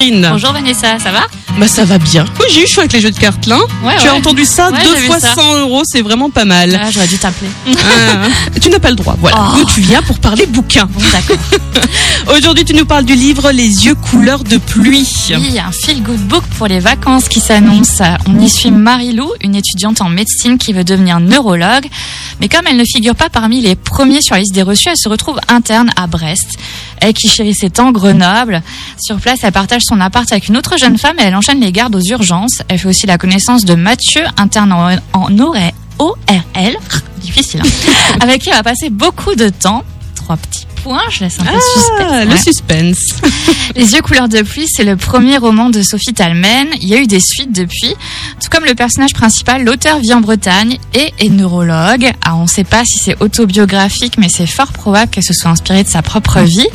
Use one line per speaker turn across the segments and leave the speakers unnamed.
Christine.
Bonjour Vanessa, ça va Ah
Bah ça va bien. Oui, j'ai eu chaud avec les jeux de cartes là.
Ouais,
tu as entendu ça
Ouais,
deux
j'ai vu
fois
ça.
100 euros, c'est vraiment pas mal.
Ah, j'aurais dû t'appeler.
Ah, tu n'as pas le droit, voilà.
Oh.
Donc, tu viens pour parler bouquin.
Bon, d'accord.
Aujourd'hui, tu nous parles du livre Les yeux couleur de pluie.
Oui, un feel good book pour les vacances qui s'annonce. On y suit Marie-Lou, une étudiante en médecine qui veut devenir neurologue. Mais comme elle ne figure pas parmi les premiers sur la liste des reçus, elle se retrouve interne à Brest. Elle qui chérissait tant Grenoble. Sur place, elle partage son appart avec une autre jeune femme et elle enchaîne les gardes aux urgences. Elle fait aussi la connaissance de Mathieu, interne en, en ORL. ORL. Difficile, hein. avec qui elle va passer beaucoup de temps. Trois petits points, je laisse un peu suspect.
Ah, le
Ouais.
suspense.
Les yeux couleur de pluie, c'est le premier roman de Sophie Talmen. Il y a eu des suites depuis. Tout comme le personnage principal, l'auteur vit en Bretagne et est neurologue. Ah, on ne sait pas si c'est autobiographique, mais c'est fort probable qu'elle se soit inspirée de sa propre vie.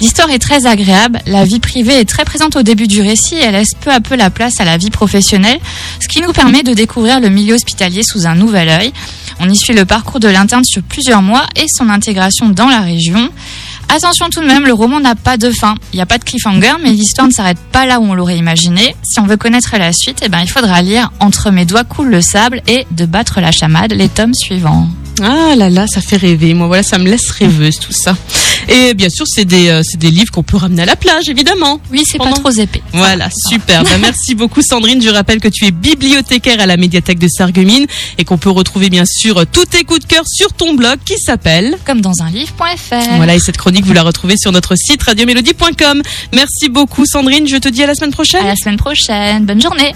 L'histoire est très agréable. La vie privée est très présente au début du récit et elle laisse peu à peu la place à la vie professionnelle, ce qui nous permet de découvrir le milieu hospitalier sous un nouvel œil. On y suit le parcours de l'interne sur plusieurs mois et son intégration dans la région. Attention tout de même, le roman n'a pas de fin. Il n'y a pas de cliffhanger, mais l'histoire ne s'arrête pas là où on l'aurait imaginé. Si on veut connaître la suite, eh ben, il faudra lire Entre mes doigts coule le sable et De battre la chamade, les tomes suivants.
Ah là là, ça fait rêver. Moi, voilà, ça me laisse rêveuse tout ça. Et bien sûr, c'est des, euh, c'est des livres qu'on peut ramener à la plage, évidemment.
Oui, c'est
pas
pas trop épais.
Voilà,
Ah.
super. Ben, merci beaucoup Sandrine. Je rappelle que tu es bibliothécaire à la médiathèque de Sarreguemines et qu'on peut retrouver bien sûr euh, tous tes coups de cœur sur ton blog qui s'appelle...
Comme dans un livre.fr.
Voilà, et cette chronique, vous la retrouvez sur notre site radiomélodie.com. Merci beaucoup Sandrine, je te dis à la semaine prochaine.
À la semaine prochaine. Bonne journée.